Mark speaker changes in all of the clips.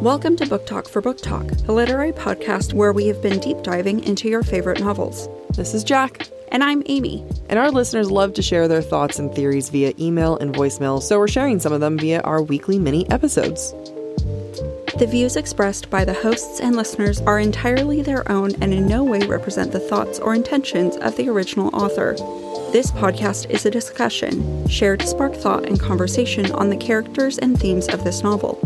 Speaker 1: Welcome to Book Talk for Book Talk, a literary podcast where we have been deep diving into your favorite novels.
Speaker 2: This is Jack,
Speaker 1: And I'm Amy.
Speaker 2: and our listeners love to share their thoughts and theories via email and voicemail, so we're sharing some of them via our weekly mini episodes.
Speaker 1: The views expressed by the hosts and listeners are entirely their own and in no way represent the thoughts or intentions of the original author. This podcast is a discussion, shared to spark thought and conversation on the characters and themes of this novel.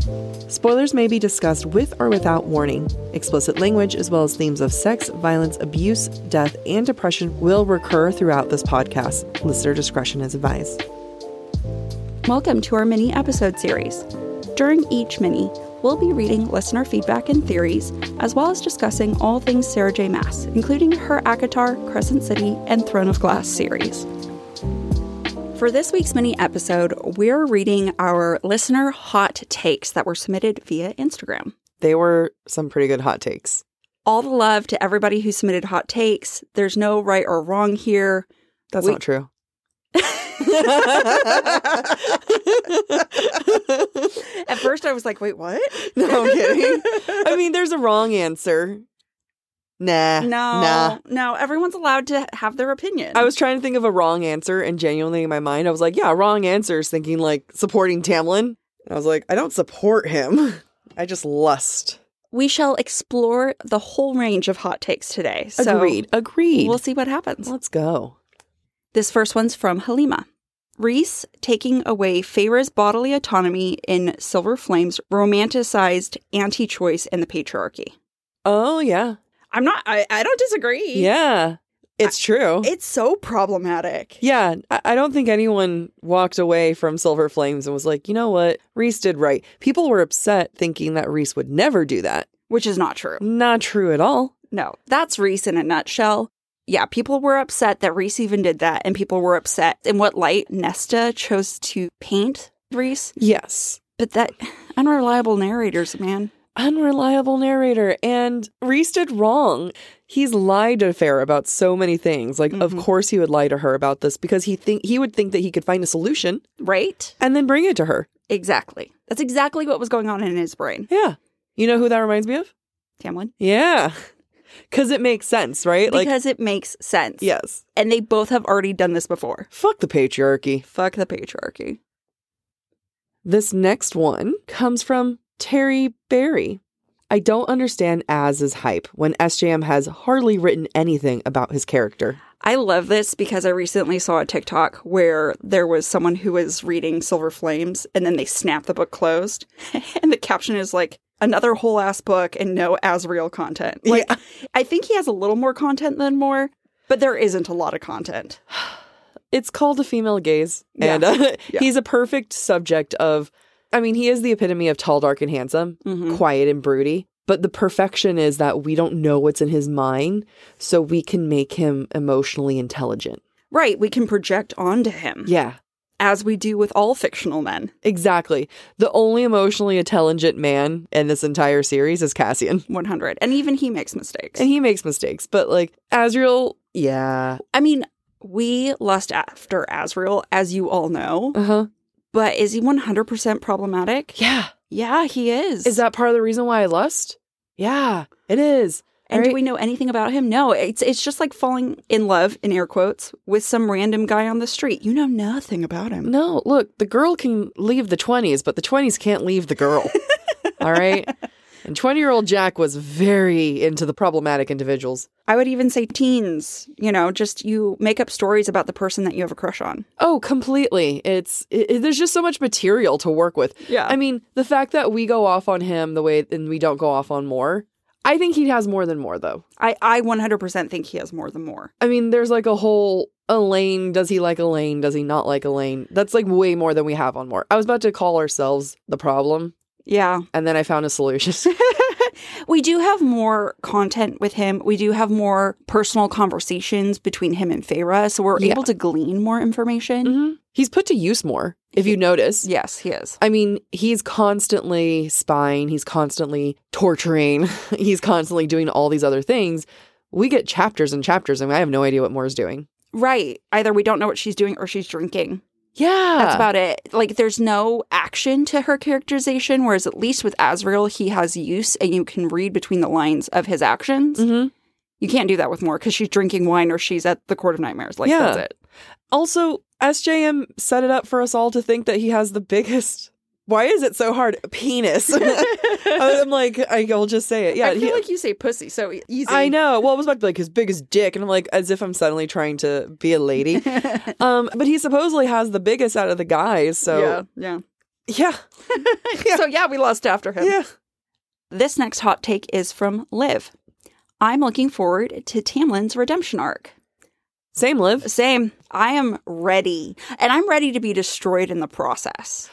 Speaker 2: Spoilers may be discussed with or without warning. Explicit language, as well as themes of sex, violence, abuse, death, and depression, will recur throughout this podcast. Listener discretion is advised.
Speaker 1: Welcome to our mini episode series. During each mini, we'll be reading listener feedback and theories, as well as discussing all things Sarah J. Mass, including her ACOTAR, Crescent City, and Throne of Glass series. For this week's mini episode, we're reading our listener hot takes that were submitted via Instagram.
Speaker 2: They were some pretty good hot takes.
Speaker 1: All the love to everybody who submitted hot takes. There's no right or wrong here.
Speaker 2: That's
Speaker 1: We-
Speaker 2: not true.
Speaker 1: At first, I was like, wait, what?
Speaker 2: No, I'm kidding. I mean, there's a wrong answer. Nah.
Speaker 1: No,
Speaker 2: Nah.
Speaker 1: no, everyone's allowed to have their opinion.
Speaker 2: I was trying to think of a wrong answer, and genuinely in my mind, I was like, yeah, wrong answers, thinking like supporting Tamlin. And I was like, I don't support him. I just lust.
Speaker 1: we shall explore the whole range of hot takes today. So
Speaker 2: Agreed.
Speaker 1: We'll see what happens.
Speaker 2: Let's go.
Speaker 1: This first one's from Halima. Reese taking away Feyre's bodily autonomy in Silver Flames romanticized anti-choice and the patriarchy.
Speaker 2: Oh, yeah.
Speaker 1: I'm not. I, I don't disagree.
Speaker 2: Yeah. It's true.
Speaker 1: it's so problematic.
Speaker 2: yeah. I-, I don't think anyone walked away from Silver Flames and was like, you know what? Reese did right. People were upset thinking that Reese would never do that.
Speaker 1: which is not true.
Speaker 2: Not true at all.
Speaker 1: No, that's Reese in a nutshell. Yeah, people were upset that Reese even did that, and people were upset in what light Nesta chose to paint Reese.
Speaker 2: Yes.
Speaker 1: But that unreliable narrators, man.
Speaker 2: unreliable narrator and Reese did wrong. He's lied to Farah about so many things. Like
Speaker 1: Mhm.
Speaker 2: of course he would lie to her about this because he think he would think that he could find a solution
Speaker 1: Right?
Speaker 2: and then bring it to her.
Speaker 1: Exactly. That's exactly what was going on in his brain,
Speaker 2: Yeah. You know who that reminds me of?
Speaker 1: Tamlin.
Speaker 2: Yeah. Cuz it makes sense, right? like
Speaker 1: Because it makes sense.
Speaker 2: yes.
Speaker 1: And they both have already done this before.
Speaker 2: Fuck the patriarchy.
Speaker 1: Fuck the patriarchy.
Speaker 2: This next one comes from Terry Barry. I don't understand Az's hype when SJM has hardly written anything about his character.
Speaker 1: I love this because I recently saw a TikTok where there was someone who was reading Silver Flames and then they snapped the book closed. and the caption is like, another whole ass book and no Asriel content. Like,
Speaker 2: Yeah.
Speaker 1: I think he has a little more content than more, but there isn't a lot of content.
Speaker 2: it's called the female gaze
Speaker 1: Yeah.
Speaker 2: and uh,
Speaker 1: Yeah.
Speaker 2: he's a perfect subject of i mean he is the epitome of tall dark and handsome
Speaker 1: Mhm.
Speaker 2: quiet and broody but the perfection is that we don't know what's in his mind so we can make him emotionally intelligent
Speaker 1: Right. We can project onto him
Speaker 2: yeah
Speaker 1: as we do with all fictional men.
Speaker 2: exactly the only emotionally intelligent man in this entire series is cassian
Speaker 1: 100. And even he makes mistakes.
Speaker 2: and he makes mistakes but like azriel yeah
Speaker 1: I mean, we lust after Asriel, as you all know,
Speaker 2: uh-huh
Speaker 1: but is he 100% problematic?
Speaker 2: yeah
Speaker 1: Yeah, he is.
Speaker 2: is that part of the reason why i lust yeah it is
Speaker 1: and do
Speaker 2: Right?
Speaker 1: we know anything about him? No, it's it's just like falling in love in air quotes with some random guy on the street. You know nothing about him.
Speaker 2: No, look, the girl can leave the 20s, but the 20s can't leave the girl. All right? And 20 year old Jack was very into the problematic individuals.
Speaker 1: I would even say teens, you know, just you make up stories about the person that you have a crush on.
Speaker 2: Oh, completely. It's it, it- there's just so much material to work with.
Speaker 1: Yeah.
Speaker 2: I mean, the fact that we go off on him the way and we don't go off on Moore. I think he has more than Moore though.
Speaker 1: I I 100% think he has more than more.
Speaker 2: I mean, there's like a whole Elaine, does he like Elaine? Does he not like Elaine? That's like way more than we have on Moore. I was about to call ourselves the problem,
Speaker 1: Yeah.
Speaker 2: and then I found a solution.
Speaker 1: we do have more content with him. We do have more personal conversations between him and Feyre, so we're
Speaker 2: Yeah.
Speaker 1: able to glean more information.
Speaker 2: Mhm. He's put to use more, if you notice.
Speaker 1: Yes, he is.
Speaker 2: I mean, he's constantly spying, he's constantly torturing, he's constantly doing all these other things. We get chapters and chapters, and I have no idea what Moore's doing.
Speaker 1: Right. Either we don't know what she's doing or she's drinking.
Speaker 2: Yeah.
Speaker 1: That's about it. Like, there's no action to her characterization, whereas at least with Azrael, he has use and you can read between the lines of his actions.
Speaker 2: Mhm.
Speaker 1: You can't do that with more because she's drinking wine or she's at the Court of Nightmares. Like,
Speaker 2: Yeah.
Speaker 1: that's it.
Speaker 2: Also, SJM set it up for us all to think that he has the biggest. Why is it so hard? Penis. I'm like, I'll just say it. Yeah.
Speaker 1: I feel
Speaker 2: he-
Speaker 1: like you say pussy so e- easy.
Speaker 2: I know. Well, it was about to be like his biggest dick, and I'm like, as if I'm suddenly trying to be a lady. um, but he supposedly has the biggest out of the guys. So
Speaker 1: yeah,
Speaker 2: yeah,
Speaker 1: yeah. So yeah, we lost after
Speaker 2: yeah,
Speaker 1: him. This next hot take is from Liv. I'm looking forward to Tamlin's redemption arc.
Speaker 2: Same live.
Speaker 1: Same. I am ready, and I'm ready to be destroyed in the process.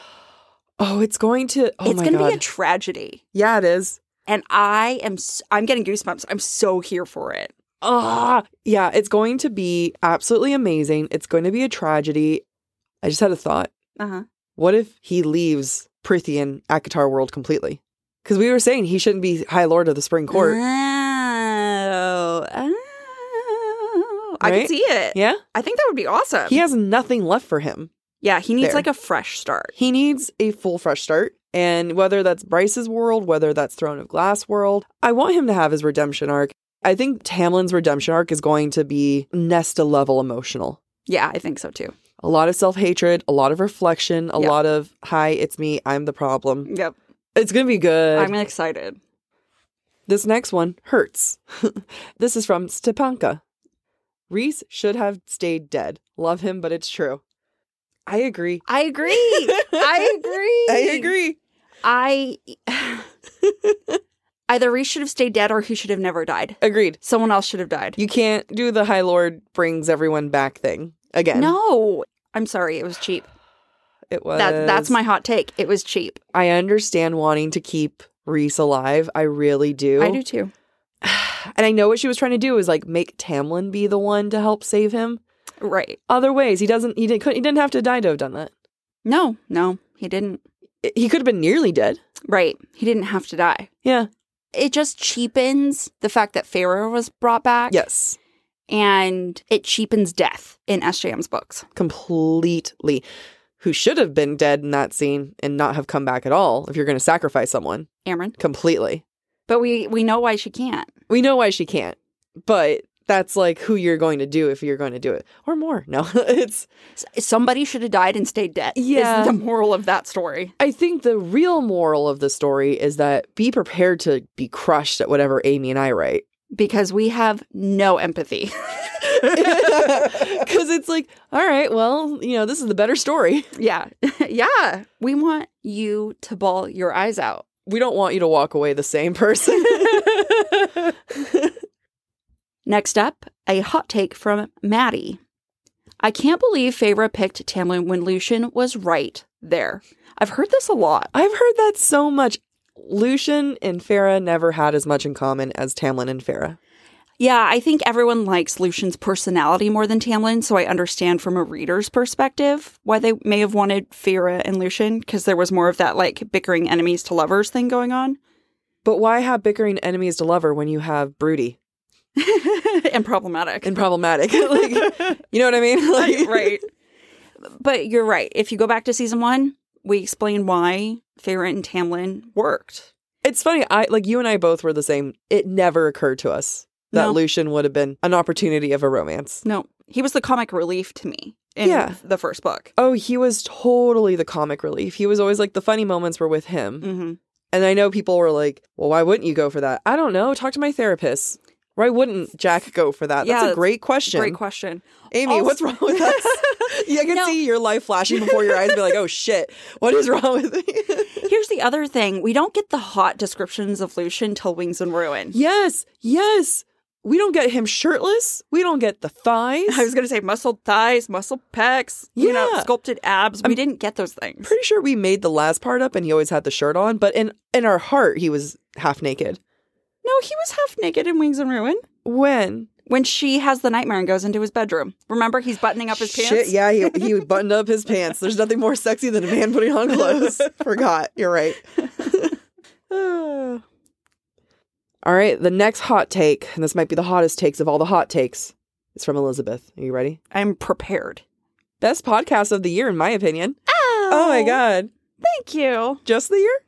Speaker 2: Oh, it's going to. Oh
Speaker 1: it's
Speaker 2: my
Speaker 1: going to
Speaker 2: god.
Speaker 1: be a tragedy,
Speaker 2: yeah, it is.
Speaker 1: and I am. s- I'm getting goosebumps. I'm so here for it.
Speaker 2: Ah, yeah, it's going to be absolutely amazing. It's going to be a tragedy. I just had a thought.
Speaker 1: Uh
Speaker 2: Uh-huh.
Speaker 1: huh.
Speaker 2: What if he leaves Prithian Akatar world completely? Because we were saying he shouldn't be High Lord of the Spring Court.
Speaker 1: Mm. Oh, oh. I can
Speaker 2: Right?
Speaker 1: see it.
Speaker 2: Yeah,
Speaker 1: I think that would be awesome.
Speaker 2: he has nothing left for him.
Speaker 1: yeah, he needs
Speaker 2: There.
Speaker 1: like a fresh start.
Speaker 2: He needs a full fresh start. And whether that's Bryce's world, whether that's Throne of Glass world, I want him to have his redemption arc. I think Tamlin's redemption arc is going to be Nesta level emotional.
Speaker 1: Yeah, I think so too.
Speaker 2: A lot of self hatred, a lot of reflection, a
Speaker 1: Yeah.
Speaker 2: lot of, hi, it's me, I'm the problem.
Speaker 1: Yep.
Speaker 2: It's going to be good.
Speaker 1: I'm excited.
Speaker 2: This next one hurts. this is from Stepanka. Reese should have stayed dead. Love him, but it's true. I agree.
Speaker 1: I agree. I agree.
Speaker 2: I agree.
Speaker 1: I either Reese should have stayed dead or he should have never died.
Speaker 2: Agreed.
Speaker 1: Someone else should have died.
Speaker 2: You can't do the High Lord brings everyone back thing again.
Speaker 1: No. I'm sorry, it was cheap.
Speaker 2: it was.
Speaker 1: That that's my hot take. It was cheap.
Speaker 2: I understand wanting to keep Reese alive. I really do.
Speaker 1: I do too.
Speaker 2: And I know what she was trying to do is like make Tamlin be the one to help save him.
Speaker 1: Right.
Speaker 2: Other ways, he doesn't. He didn't. couldn't- He didn't have to die to have done that.
Speaker 1: No, no, he didn't.
Speaker 2: He could have been nearly dead.
Speaker 1: Right. He didn't have to die.
Speaker 2: Yeah.
Speaker 1: It just cheapens the fact that Pharaoh was brought back.
Speaker 2: Yes.
Speaker 1: And it cheapens death in SJM's books.
Speaker 2: completely who should have been dead in that scene and not have come back at all if you're going to sacrifice someone
Speaker 1: Amron.
Speaker 2: completely.
Speaker 1: But we we know why she can't.
Speaker 2: We know why she can't, but that's like who you're going to do if you're going to do it or more. No, it's
Speaker 1: S- Somebody should have died and stayed dead.
Speaker 2: Yeah.
Speaker 1: Is the moral of that story.
Speaker 2: I think the real moral of the story is that be prepared to be crushed at whatever Amy and I write.
Speaker 1: because we have no empathy.
Speaker 2: Cuz it's like, all right, well, you know, this is the better story.
Speaker 1: yeah. yeah. We want you to ball your eyes out.
Speaker 2: We don't want you to walk away the same person.
Speaker 1: Next up, a hot take from Maddie. I can't believe Feyre picked Tamlin when Lucian was right there. I've heard this a lot.
Speaker 2: I've heard that so much. Lucian and Farah never had as much in common as Tamlin and Farah.
Speaker 1: Yeah, I think everyone likes Lucian's personality more than Tamlin, so I understand from a reader's perspective why they may have wanted Feyre and Lucian because there was more of that like bickering enemies to lovers thing going on.
Speaker 2: But why have bickering enemies to lover when you have broody
Speaker 1: and problematic.
Speaker 2: and problematic? like, you know what I mean? Like,
Speaker 1: right. But you're right. If you go back to season one, we explain why Feyre and Tamlin worked.
Speaker 2: It's funny. I like you and I both were the same. It never occurred to us that
Speaker 1: No.
Speaker 2: Lucian would have been an opportunity of a romance.
Speaker 1: No, he was the comic relief to me in
Speaker 2: Yeah.
Speaker 1: the first book.
Speaker 2: Oh, he was totally the comic relief. He was always like the funny moments were with him.
Speaker 1: hmm
Speaker 2: And I know people were like, "Well, why wouldn't you go for that?" I don't know. Talk to my therapist. Why wouldn't Jack go for that?
Speaker 1: Yeah,
Speaker 2: that's
Speaker 1: that's
Speaker 2: a great question.
Speaker 1: Great question.
Speaker 2: Amy,
Speaker 1: Also-
Speaker 2: what's wrong with us? Yeah, I can
Speaker 1: No.
Speaker 2: see your life flashing before your eyes and be like, oh shit, what is wrong with me?
Speaker 1: Here's the other thing we don't get the hot descriptions of Lucian till Wings and Ruin.
Speaker 2: yes, yes. We don't get him shirtless. We don't get the thighs.
Speaker 1: I was going to say muscle thighs, muscle pecs, you know,
Speaker 2: Yeah.
Speaker 1: sculpted abs. We didn't get those things.
Speaker 2: pretty sure we made the last part up and he always had the shirt on, but in in our heart he was half naked.
Speaker 1: No, he was half naked in Wings and Ruin
Speaker 2: When?
Speaker 1: when she has the nightmare and goes into his bedroom. Remember, he's buttoning up his
Speaker 2: shit,
Speaker 1: pants?
Speaker 2: yeah, he he buttoned up his pants. There's nothing more sexy than a man putting on clothes. Forgot. You're right. all right, the next hot take, and this might be the hottest takes of all the hot takes, is from Elizabeth. Are you ready?
Speaker 1: I'm prepared.
Speaker 2: Best podcast of the year, in my opinion.
Speaker 1: Oh,
Speaker 2: Oh my god,
Speaker 1: Thank you.
Speaker 2: just the year?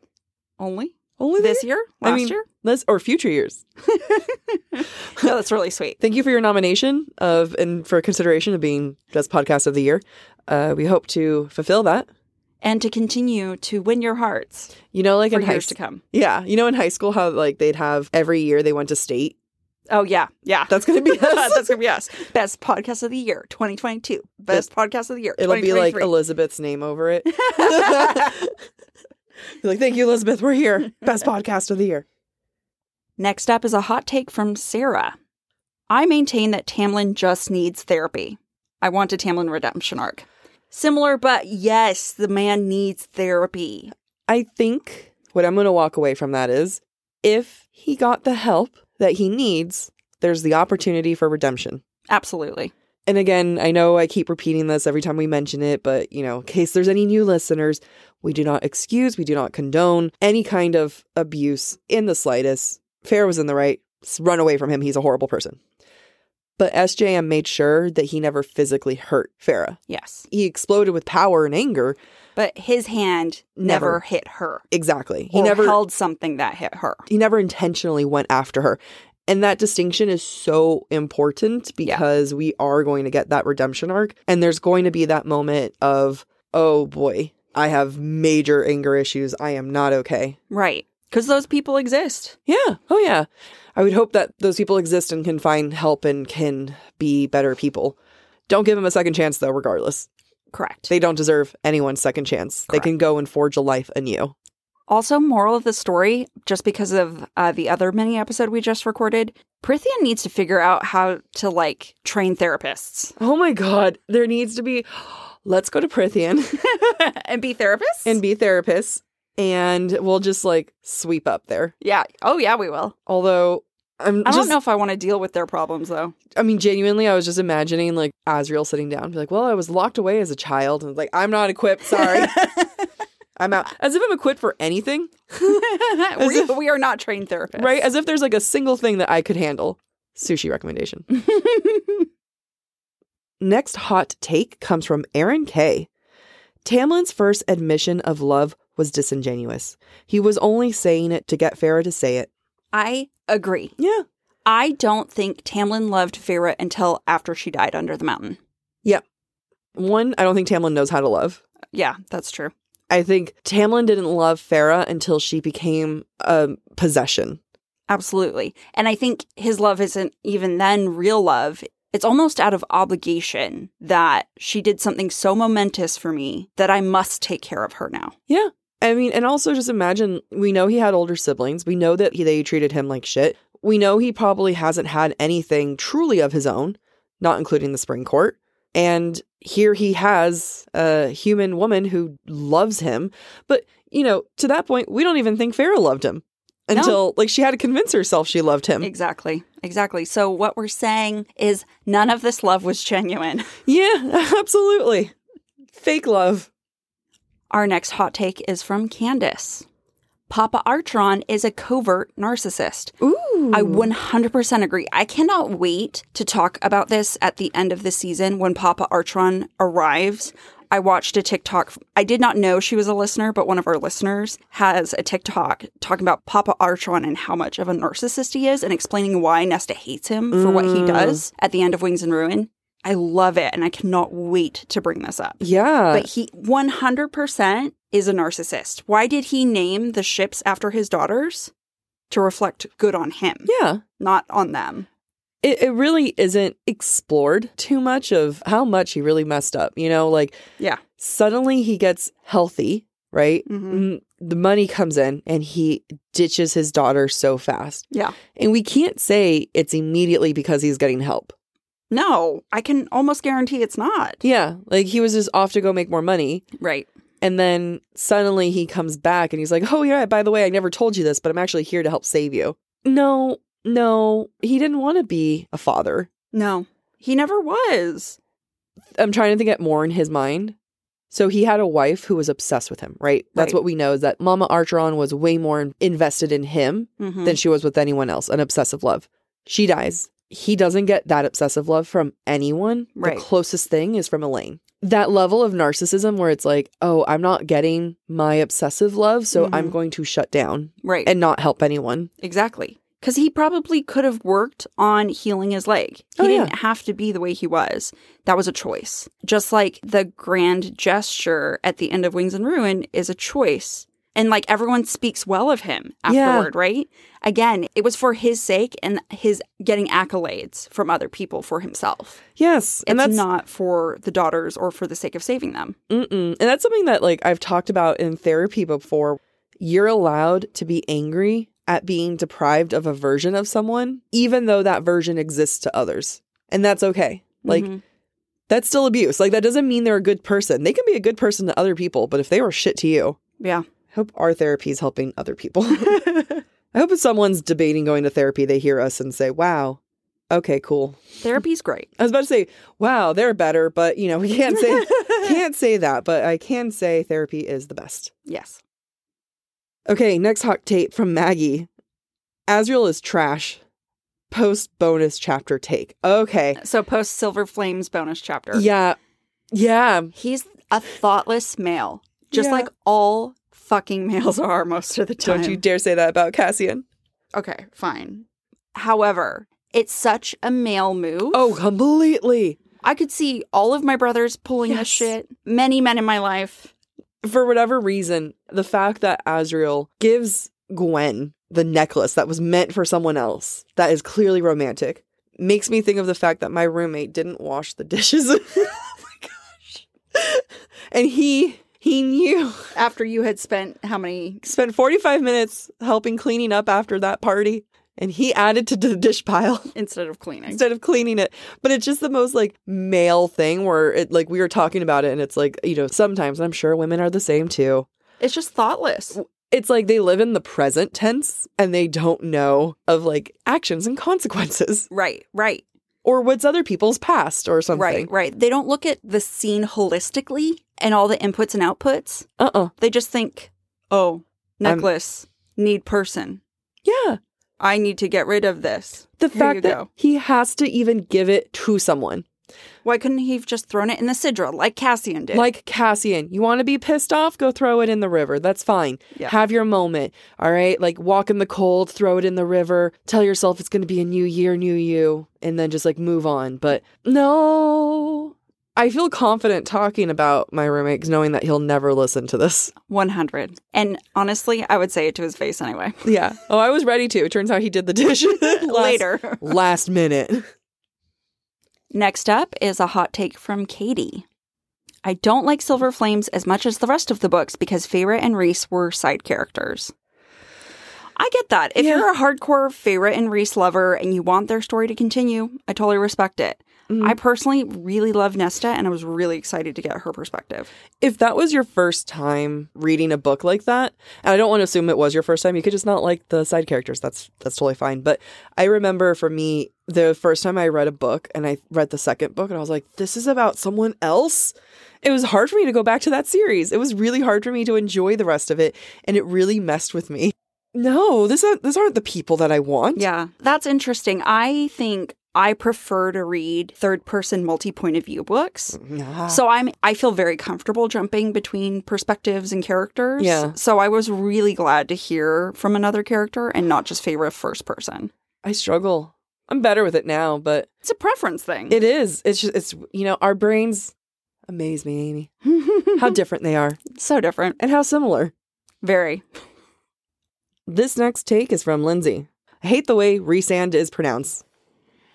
Speaker 1: Only
Speaker 2: Only the
Speaker 1: this year?
Speaker 2: I
Speaker 1: Last
Speaker 2: mean-
Speaker 1: year?
Speaker 2: This or future years?
Speaker 1: No, that's really sweet.
Speaker 2: Thank you for your nomination of and for consideration of being best podcast of the year. Uh, we hope to fulfill that.
Speaker 1: And to continue to win your hearts
Speaker 2: You know, like
Speaker 1: for
Speaker 2: in high
Speaker 1: years to
Speaker 2: school.
Speaker 1: come.
Speaker 2: Yeah, you know, in high school, how like they'd have every year they went to state.
Speaker 1: Oh yeah, yeah.
Speaker 2: That's gonna be us.
Speaker 1: that's gonna be us. Best podcast of the year, 2022. Best podcast of the year.
Speaker 2: It'll be like
Speaker 1: 2023.
Speaker 2: Elizabeth's name over it. Be like, thank you, Elizabeth. We're here. Best podcast of the year.
Speaker 1: Next up is a hot take from Sarah. I maintain that Tamlin just needs therapy. I want a Tamlin redemption arc. Similar, but yes, the man needs therapy.
Speaker 2: I think what I'm going to walk away from that is if he got the help that he needs, there's the opportunity for redemption.
Speaker 1: Absolutely.
Speaker 2: And again, I know I keep repeating this every time we mention it, but you know, in case there's any new listeners, we do not excuse, we do not condone any kind of abuse in the slightest. Fair was in the right. S- Run away from him. He's a horrible person. But SJM made sure that he never physically hurt Farah.
Speaker 1: Yes.
Speaker 2: He exploded with power and anger.
Speaker 1: But his hand never,
Speaker 2: Never.
Speaker 1: hit her.
Speaker 2: Exactly. He
Speaker 1: or
Speaker 2: never
Speaker 1: held something that hit her.
Speaker 2: he never intentionally went after her. And that distinction is so important because we are going to get that redemption arc. And there's going to be that moment of, oh boy, I have major anger issues. I am not okay.
Speaker 1: Right. Because those people exist.
Speaker 2: Yeah. Oh, yeah. I would hope that those people exist and can find help and can be better people. Don't give them a second chance, though, regardless.
Speaker 1: Correct.
Speaker 2: They don't deserve anyone's second chance. They can go and forge a life anew.
Speaker 1: Also, moral of the story, just because of uh, the other mini episode we just recorded, Prithia needs to figure out how to like train therapists
Speaker 2: Oh, my God. There needs to be, let's go to Prithian.
Speaker 1: and be therapists.
Speaker 2: and be therapists and we'll just like sweep up there
Speaker 1: yeah, oh yeah, we will.
Speaker 2: although i'm
Speaker 1: I
Speaker 2: just,
Speaker 1: don't know if I want to deal with their problems though.
Speaker 2: i mean genuinely i was just imagining like azriel sitting down be like well i was locked away as a child and like i'm not equipped sorry i'm out as if i'm equipped for anything
Speaker 1: we,
Speaker 2: if-
Speaker 1: we are not trained therapists,
Speaker 2: right as if there's like a single thing that i could handle sushi recommendation Next hot take comes from Aaron Kay. Tamlin's first admission of love was disingenuous. He was only saying it to get Farah to say it.
Speaker 1: I agree.
Speaker 2: Yeah.
Speaker 1: I don't think Tamlin loved Feyre until after she died under the mountain.
Speaker 2: One, I don't think Tamlin knows how to love.
Speaker 1: Yeah, that's true.
Speaker 2: I think Tamlin didn't love Farah until she became a possession.
Speaker 1: Absolutely. And I think his love isn't even then real love. It's almost out of obligation that she did something so momentous for me that I must take care of her now.
Speaker 2: I mean, and also just imagine we know he had older siblings. We know that he, they treated him like shit. We know he probably hasn't had anything truly of his own, not including the spring court. And here he has a human woman who loves him. But, you know, to that point, we don't even think Farah loved him
Speaker 1: No.
Speaker 2: until, like, she had to convince herself she loved him.
Speaker 1: Exactly. Exactly. So what we're saying is none of this love was genuine.
Speaker 2: yeah, absolutely. Fake love.
Speaker 1: Our next hot take is from Candace. Papa Artron is a covert narcissist.
Speaker 2: Ooh.
Speaker 1: I 100% agree. I cannot wait to talk about this at the end of the season when Papa Artron arrives. I watched a TikTok. I did not know she was a listener, but one of our listeners has a TikTok talking about Papa Artron and how much of a narcissist he is and explaining why Nesta hates him for what he
Speaker 2: Mm.
Speaker 1: does at the end of Wings and Ruin. I love it and I cannot wait to bring this up.
Speaker 2: Yeah.
Speaker 1: But he 100% is a narcissist. Why did he name the ships after his daughters? To reflect good on him
Speaker 2: yeah.
Speaker 1: not on them.
Speaker 2: It, it really isn't explored too much of how much he really messed up. You know, like,
Speaker 1: Yeah.
Speaker 2: suddenly he gets healthy, right?
Speaker 1: Mm-hmm.
Speaker 2: Mm, The money comes in and he ditches his daughter so fast.
Speaker 1: Yeah.
Speaker 2: And we can't say it's immediately because he's getting help.
Speaker 1: No, I can almost guarantee it's not.
Speaker 2: Yeah. Like, he was just off to go make more money.
Speaker 1: Right.
Speaker 2: And then suddenly he comes back and he's like, Oh, yeah, by the way, I never told you this, but I'm actually here to help save you. No, no, he didn't want to be a father.
Speaker 1: No, he never was.
Speaker 2: I'm trying to think at more in his mind. So he had a wife who was obsessed with him, right? That's
Speaker 1: Right.
Speaker 2: what we know is that Mama Archeron was way more in- invested in him
Speaker 1: Mhm.
Speaker 2: than she was with anyone else, an obsessive love. She dies. He doesn't get that obsessive love from anyone.
Speaker 1: Right.
Speaker 2: The closest thing is from Elaine. that level of narcissism where it's like, oh, I'm not getting my obsessive love, so I'm
Speaker 1: Mhm.
Speaker 2: going to shut down
Speaker 1: Right.
Speaker 2: and not help anyone.
Speaker 1: exactly. Because he probably could have worked on healing his leg. He
Speaker 2: Oh, yeah.
Speaker 1: didn't have to be the way he was. That was a choice. Just like the grand gesture at the end of Wings and Ruin is a choice. And like everyone speaks well of him
Speaker 2: Yeah.
Speaker 1: afterward, right? Again, it was for his sake and his getting accolades from other people for himself.
Speaker 2: Yes, and
Speaker 1: it's
Speaker 2: that's
Speaker 1: not for the daughters or for the sake of saving them.
Speaker 2: Mm-mm. And that's something that like I've talked about in therapy before. You're allowed to be angry at being deprived of a version of someone, even though that version exists to others. And that's okay. Like
Speaker 1: Mhm.
Speaker 2: that's still abuse. Like that doesn't mean they're a good person. They can be a good person to other people, but if they were shit to you,
Speaker 1: yeah.
Speaker 2: I hope our therapy is helping other people. I hope if someone's debating going to therapy, they hear us and say, Wow, okay, cool.
Speaker 1: Therapy's great.
Speaker 2: I was about to say, wow, they're better, but you know, we can't say can't say that, but I can say therapy is the best.
Speaker 1: Yes.
Speaker 2: Okay, next hot tape from Maggie. Azrael is trash. Post bonus chapter take. Okay.
Speaker 1: So post Silver Flames bonus chapter.
Speaker 2: Yeah. Yeah.
Speaker 1: He's a thoughtless male, just
Speaker 2: Yeah.
Speaker 1: like all fucking males are most of the time.
Speaker 2: Don't you dare say that about Cassian.
Speaker 1: Okay, fine. However, it's such a male move.
Speaker 2: Oh, completely.
Speaker 1: I could see all of my brothers pulling
Speaker 2: Yes.
Speaker 1: this shit. Many men in my life.
Speaker 2: For whatever reason, the fact that Azrael gives Gwen the necklace that was meant for someone else that is clearly romantic makes me think of the fact that my roommate didn't wash the dishes. oh my gosh. And he he knew
Speaker 1: After you had spent how many?
Speaker 2: spent 45 minutes helping cleaning up after that party and he added to the dish pile
Speaker 1: Instead of cleaning.
Speaker 2: instead of cleaning it but it's just the most like male thing where it like we were talking about it and it's like you know sometimes i'm sure women are the same too
Speaker 1: It's just thoughtless.
Speaker 2: it's like they live in the present tense and they don't know of like actions and consequences
Speaker 1: Right, right.
Speaker 2: or what's other people's past or something
Speaker 1: Right, right. They don't look at the scene holistically and all the inputs and outputs.
Speaker 2: uh-uh
Speaker 1: They just think,
Speaker 2: Um,
Speaker 1: oh,
Speaker 2: I'm-
Speaker 1: necklace, need person.
Speaker 2: yeah
Speaker 1: I need to get rid of this.
Speaker 2: the
Speaker 1: Here you
Speaker 2: fact that
Speaker 1: go.
Speaker 2: he has to even give it to someone
Speaker 1: Why couldn't he have just thrown it in the Sidra like Cassian did?
Speaker 2: Like Cassian, you want to be pissed off? Go throw it in the river. That's fine.
Speaker 1: Yeah.
Speaker 2: Have your moment. All right. Like walk in the cold, throw it in the river. Tell yourself it's going to be a new year, new you, and then just like move on. But no, I feel confident talking about my roommate 'cause knowing that he'll never listen to this.
Speaker 1: 100. And honestly, I would say it to his face anyway.
Speaker 2: Yeah. Oh, I was ready to. It turns out he did the dish
Speaker 1: Later.
Speaker 2: last minute.
Speaker 1: Next up is a hot take from Katie. I don't like Silver Flames as much as the rest of the books because Feyre and Reese were side characters. I get that. If
Speaker 2: Yeah.
Speaker 1: you're a hardcore Feyre and Reese lover and you want their story to continue, I totally respect it. I personally really love Nesta and I was really excited to get her perspective.
Speaker 2: if that was your first time reading a book like that, and I don't want to assume it was your first time, you could just not like the side characters. That's that's totally fine. But I remember for me, the first time I read a book and I read the second book and I was like, this is about someone else. It was hard for me to go back to that series. It was really hard for me to enjoy the rest of it, and it really messed with me. No, this aren't, these aren't the people that I want.
Speaker 1: Yeah, that's interesting. I think I prefer to read third person multi point of view books.
Speaker 2: Nah.
Speaker 1: So I'm I feel very comfortable jumping between perspectives and characters.
Speaker 2: Yeah.
Speaker 1: So I was really glad to hear from another character and not just favor a first person.
Speaker 2: I struggle. I'm better with it now, but
Speaker 1: It's a preference thing.
Speaker 2: it is. It's just it's you know our brains amaze me, Amy. How different they are.
Speaker 1: so different.
Speaker 2: and how similar.
Speaker 1: Very.
Speaker 2: This next take is from Lindsay. I hate the way resand is pronounced.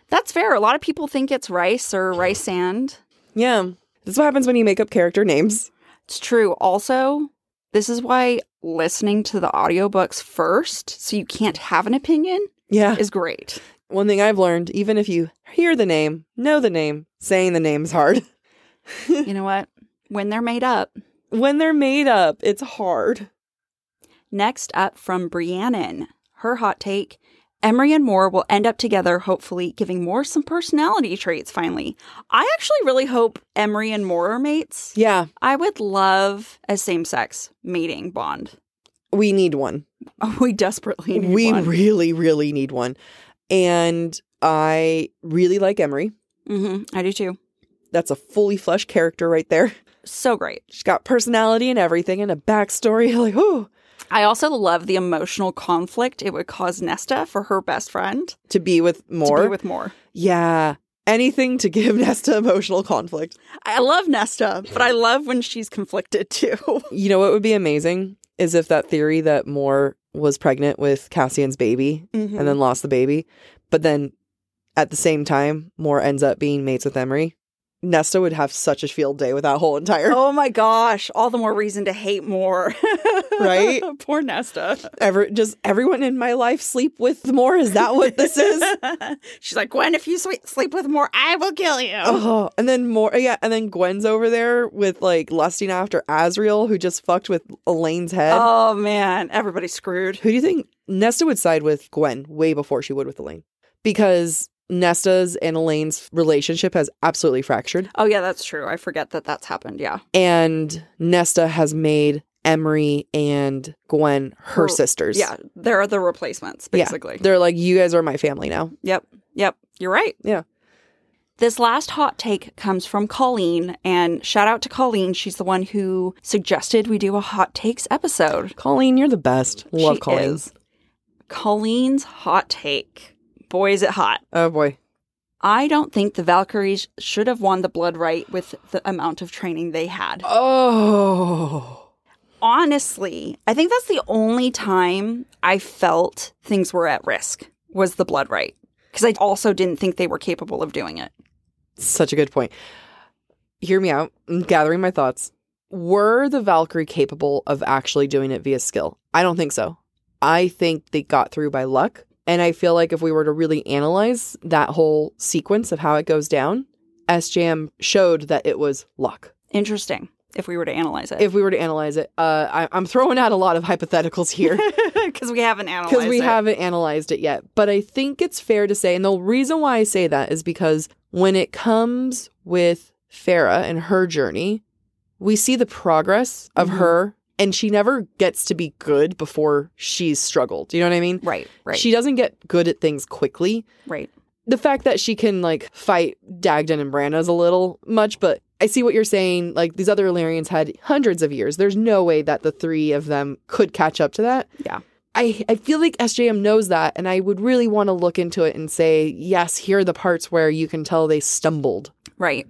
Speaker 1: That's fair. A lot of people think it's rice or rice sand.
Speaker 2: Yeah. This is what happens when you make up character names.
Speaker 1: It's true. Also, this is why listening to the audiobooks first, so you can't have an opinion,
Speaker 2: Yeah.
Speaker 1: is great.
Speaker 2: One thing I've learned, even if you hear the name, know the name, saying the name is hard.
Speaker 1: you know what? When they're made up.
Speaker 2: When they're made up, it's hard.
Speaker 1: Next up from Briannon, her hot take. Emery and Moore will end up together, hopefully, giving Moore some personality traits finally. I actually really hope Emery and Moore are mates.
Speaker 2: Yeah.
Speaker 1: I would love a same sex mating bond.
Speaker 2: We need one.
Speaker 1: We desperately need
Speaker 2: we
Speaker 1: one.
Speaker 2: really, really need one. And I really like Emery.
Speaker 1: hmm I do too.
Speaker 2: That's a fully fleshed character right there.
Speaker 1: So great.
Speaker 2: She's got personality and everything and a backstory. Like, oh,
Speaker 1: I also love the emotional conflict it would cause Nesta for her best friend
Speaker 2: to be with more.
Speaker 1: to be with more.
Speaker 2: yeah. Anything to give Nesta emotional conflict.
Speaker 1: I love Nesta, but I love when she's conflicted too.
Speaker 2: You know what would be amazing is if that theory that Moore was pregnant with Cassian's baby
Speaker 1: Mm-hmm. Hmm.
Speaker 2: and then lost the baby, but then at the same time, Moore ends up being mates with Emery. Nesta would have such a field day with that whole entire
Speaker 1: oh my gosh, all the more reason to hate more.
Speaker 2: Right?
Speaker 1: Poor Nesta.
Speaker 2: ever does everyone in my life sleep with Moore? Is that what this is?
Speaker 1: She's like, Gwen, if you swe- sleep with more, I will kill you.
Speaker 2: Oh, and then more, yeah, and then Gwen's over there with like lusting after Azriel, who just fucked with Elaine's head.
Speaker 1: Oh, man, everybody's screwed.
Speaker 2: who do you think Nesta would side with Gwen way before she would with Elaine? Because Nesta's and Elaine's relationship has absolutely fractured,
Speaker 1: Oh yeah, that's true. I forget that that's happened. Yeah.
Speaker 2: and Nesta has made Emery and Gwen her
Speaker 1: Her-
Speaker 2: sisters.
Speaker 1: Yeah, there are the replacements
Speaker 2: Yeah.
Speaker 1: basically.
Speaker 2: They're like, you guys are my family now.
Speaker 1: Yep. Yep. You're right.
Speaker 2: Yeah.
Speaker 1: This last hot take comes from Colleen, and shout out to Colleen. She's the one who suggested we do a hot takes episode.
Speaker 2: Colleen, you're the best. Love
Speaker 1: She
Speaker 2: Colleen.
Speaker 1: is. Colleen's hot take. Boy, is it hot.
Speaker 2: Oh boy.
Speaker 1: I don't think the Valkyries should have won the Blood Right with the amount of training they had.
Speaker 2: Oh.
Speaker 1: honestly, I think that's the only time I felt things were at risk was the blood right. Because I also didn't think they were capable of doing it.
Speaker 2: Such a good point. Hear me out. I'm gathering my thoughts. Were the Valkyrie capable of actually doing it via skill? I don't think so. I think they got through by luck. And I feel like if we were to really analyze that whole sequence of how it goes down, SJM showed that it was luck.
Speaker 1: Interesting if we were to analyze it.
Speaker 2: If we were to analyze it, uh, I, I'm throwing out a lot of hypotheticals here.
Speaker 1: Because we haven't analyzed
Speaker 2: because we
Speaker 1: it.
Speaker 2: haven't analyzed it yet. But I think it's fair to say, and the reason why I say that is because when it comes with Farah and her journey, we see the progress of
Speaker 1: Mhm.
Speaker 2: her, and she never gets to be good before she's struggled. You know what I mean?
Speaker 1: Right, right,
Speaker 2: She doesn't get good at things quickly.
Speaker 1: right.
Speaker 2: The fact that she can like fight Dagdan and Branna's a little much, but I see what you're saying. Like these other Illyrians had hundreds of years. There's no way that the three of them could catch up to that.
Speaker 1: Yeah.
Speaker 2: I, I feel like SJM knows that, and I would really want to look into it and say, yes, here are the parts where you can tell they stumbled
Speaker 1: Right.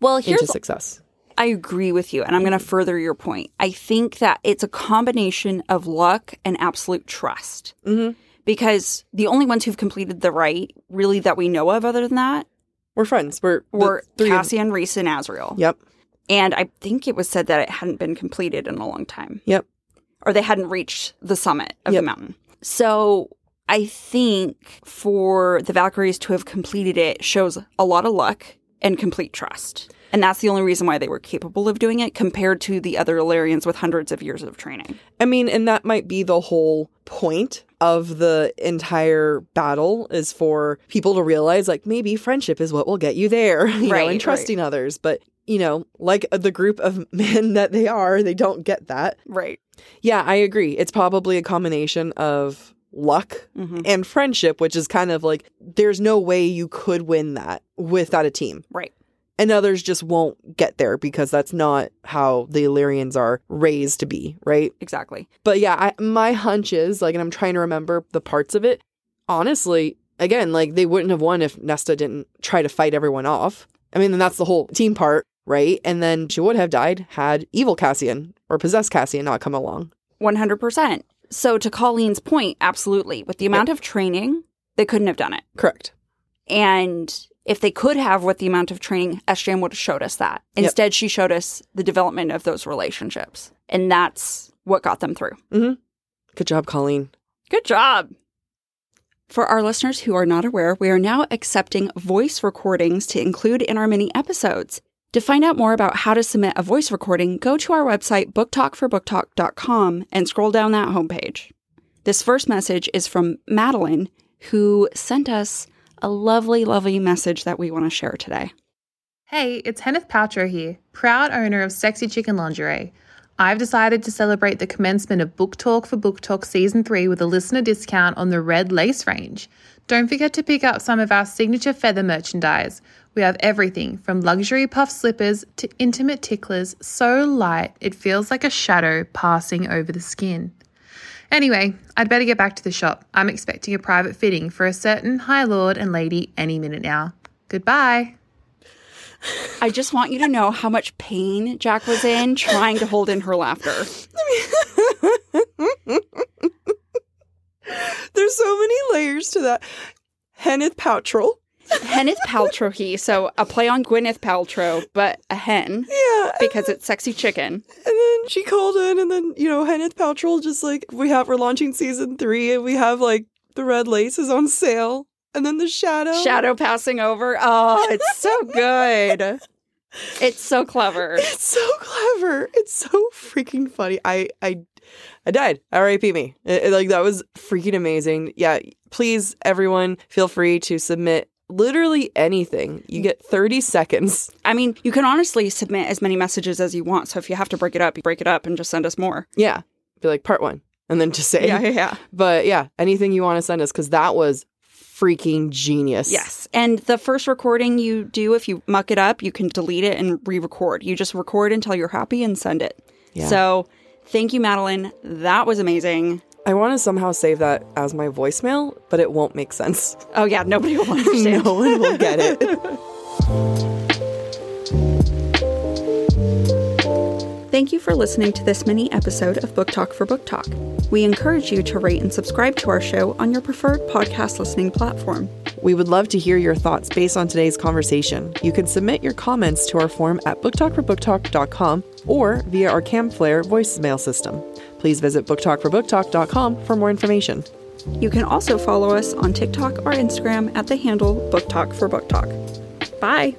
Speaker 1: Well, here's
Speaker 2: into success.
Speaker 1: I agree with you, and I'm going to further your point. I think that it's a combination of luck and absolute trust.
Speaker 2: Mhm.
Speaker 1: Because the only ones who've completed the right, really, that we know of, other than that,
Speaker 2: We're friends. We're the
Speaker 1: were
Speaker 2: three. of-
Speaker 1: Cassian, Reese, and Azriel.
Speaker 2: yep,
Speaker 1: And I think it was said that it hadn't been completed in a long time,
Speaker 2: yep.
Speaker 1: or they hadn't reached the summit of
Speaker 2: Yep.
Speaker 1: the mountain. So I think for the Valkyries to have completed it shows a lot of luck and complete trust. And that's the only reason why they were capable of doing it compared to the other Illyrians with hundreds of years of training.
Speaker 2: I mean, and that might be the whole point of the entire battle is for people to realize, like, maybe friendship is what will get you there, you know,
Speaker 1: Right,
Speaker 2: and
Speaker 1: right.
Speaker 2: trusting others. But, you know, like the group of men that they are, they don't get that.
Speaker 1: Right.
Speaker 2: Yeah, I agree. It's probably a combination of luck
Speaker 1: hmm
Speaker 2: and friendship, which is kind of like there's no way you could win that without a team.
Speaker 1: Right.
Speaker 2: And others just won't get there because that's not how the Illyrians are raised to be, right?
Speaker 1: Exactly.
Speaker 2: But yeah, I, my hunch is like, and I'm trying to remember the parts of it. Honestly, again, like they wouldn't have won if Nesta didn't try to fight everyone off. I mean, then that's the whole team part, right? And then she would have died had evil Cassian or possessed Cassian not come along.
Speaker 1: 100%. So, to Colleen's point, absolutely. With the amount of training, they couldn't have done it.
Speaker 2: Correct.
Speaker 1: And if they could have with the amount of training, SJM would have showed us that.
Speaker 2: Yep.
Speaker 1: Instead, she showed us the development of those relationships. And that's what got them through.
Speaker 2: Good job, Colleen.
Speaker 1: Good job. For our listeners who are not aware, we are now accepting voice recordings to include in our mini episodes. To find out more about how to submit a voice recording, go to our website, booktalkforbooktalk.com, and scroll down that homepage. This first message is from Madeline, who sent us a lovely, lovely message that we want to share today.
Speaker 3: Hey, it's Henneth Paltrow here, proud owner of Sexy Chicken Lingerie. I've decided to celebrate the commencement of Book Talk for Book Talk Season 3 with a listener discount on the Red Lace range. Don't forget to pick up some of our signature feather merchandise. We have everything from luxury puff slippers to intimate ticklers so light it feels like a shadow passing over the skin. Anyway, I'd better get back to the shop. I'm expecting a private fitting for a certain high lord and lady any minute now. Goodbye.
Speaker 1: I just want you to know how much pain Jack was in trying to hold in her laughter.
Speaker 2: There's so many layers to that. Henneth Poutrell.
Speaker 1: Henneth Paltrow, he, so a play on Gwyneth Paltrow, but a hen
Speaker 2: Yeah.
Speaker 1: because it's sexy chicken.
Speaker 2: And then she called in, and then, you know, Henneth Paltrow just like, we have, we're launching season three, and we have like the red lace is on sale. And then the shadow.
Speaker 1: Shadow passing over. Oh, it's so good. It's so clever.
Speaker 2: It's so clever. It's so freaking funny. I, I, I died. R.I.P. me. It- it- like, that was freaking amazing. Yeah. Please, everyone, feel free to submit literally anything. You get 30 seconds.
Speaker 1: I mean, you can honestly submit as many messages as you want. So if you have to break it up, you break it up and just send us more.
Speaker 2: Yeah. Be like part one. And then just say,
Speaker 1: yeah.
Speaker 2: But yeah, anything you want to send us because that was freaking genius.
Speaker 1: Yes. And the first recording you do, if you muck it up, you can delete it and re record. You just record until you're happy and send it.
Speaker 2: Yeah.
Speaker 1: So thank you, Madeline. That was amazing.
Speaker 2: I want to somehow save that as my voicemail, but it won't make sense.
Speaker 1: Oh, yeah. Nobody will understand.
Speaker 2: No one will get it.
Speaker 1: Thank you for listening to this mini episode of Book Talk for Book Talk. We encourage you to rate and subscribe to our show on your preferred podcast listening platform.
Speaker 2: we would love to hear your thoughts based on today's conversation. You can submit your comments to our form at booktalkforbooktalk.com or via our Camflare voicemail system. Please visit booktalkforbooktalk.com for more information.
Speaker 1: You can also follow us on TikTok or Instagram at the handle Book Talk for Book Talk. Bye.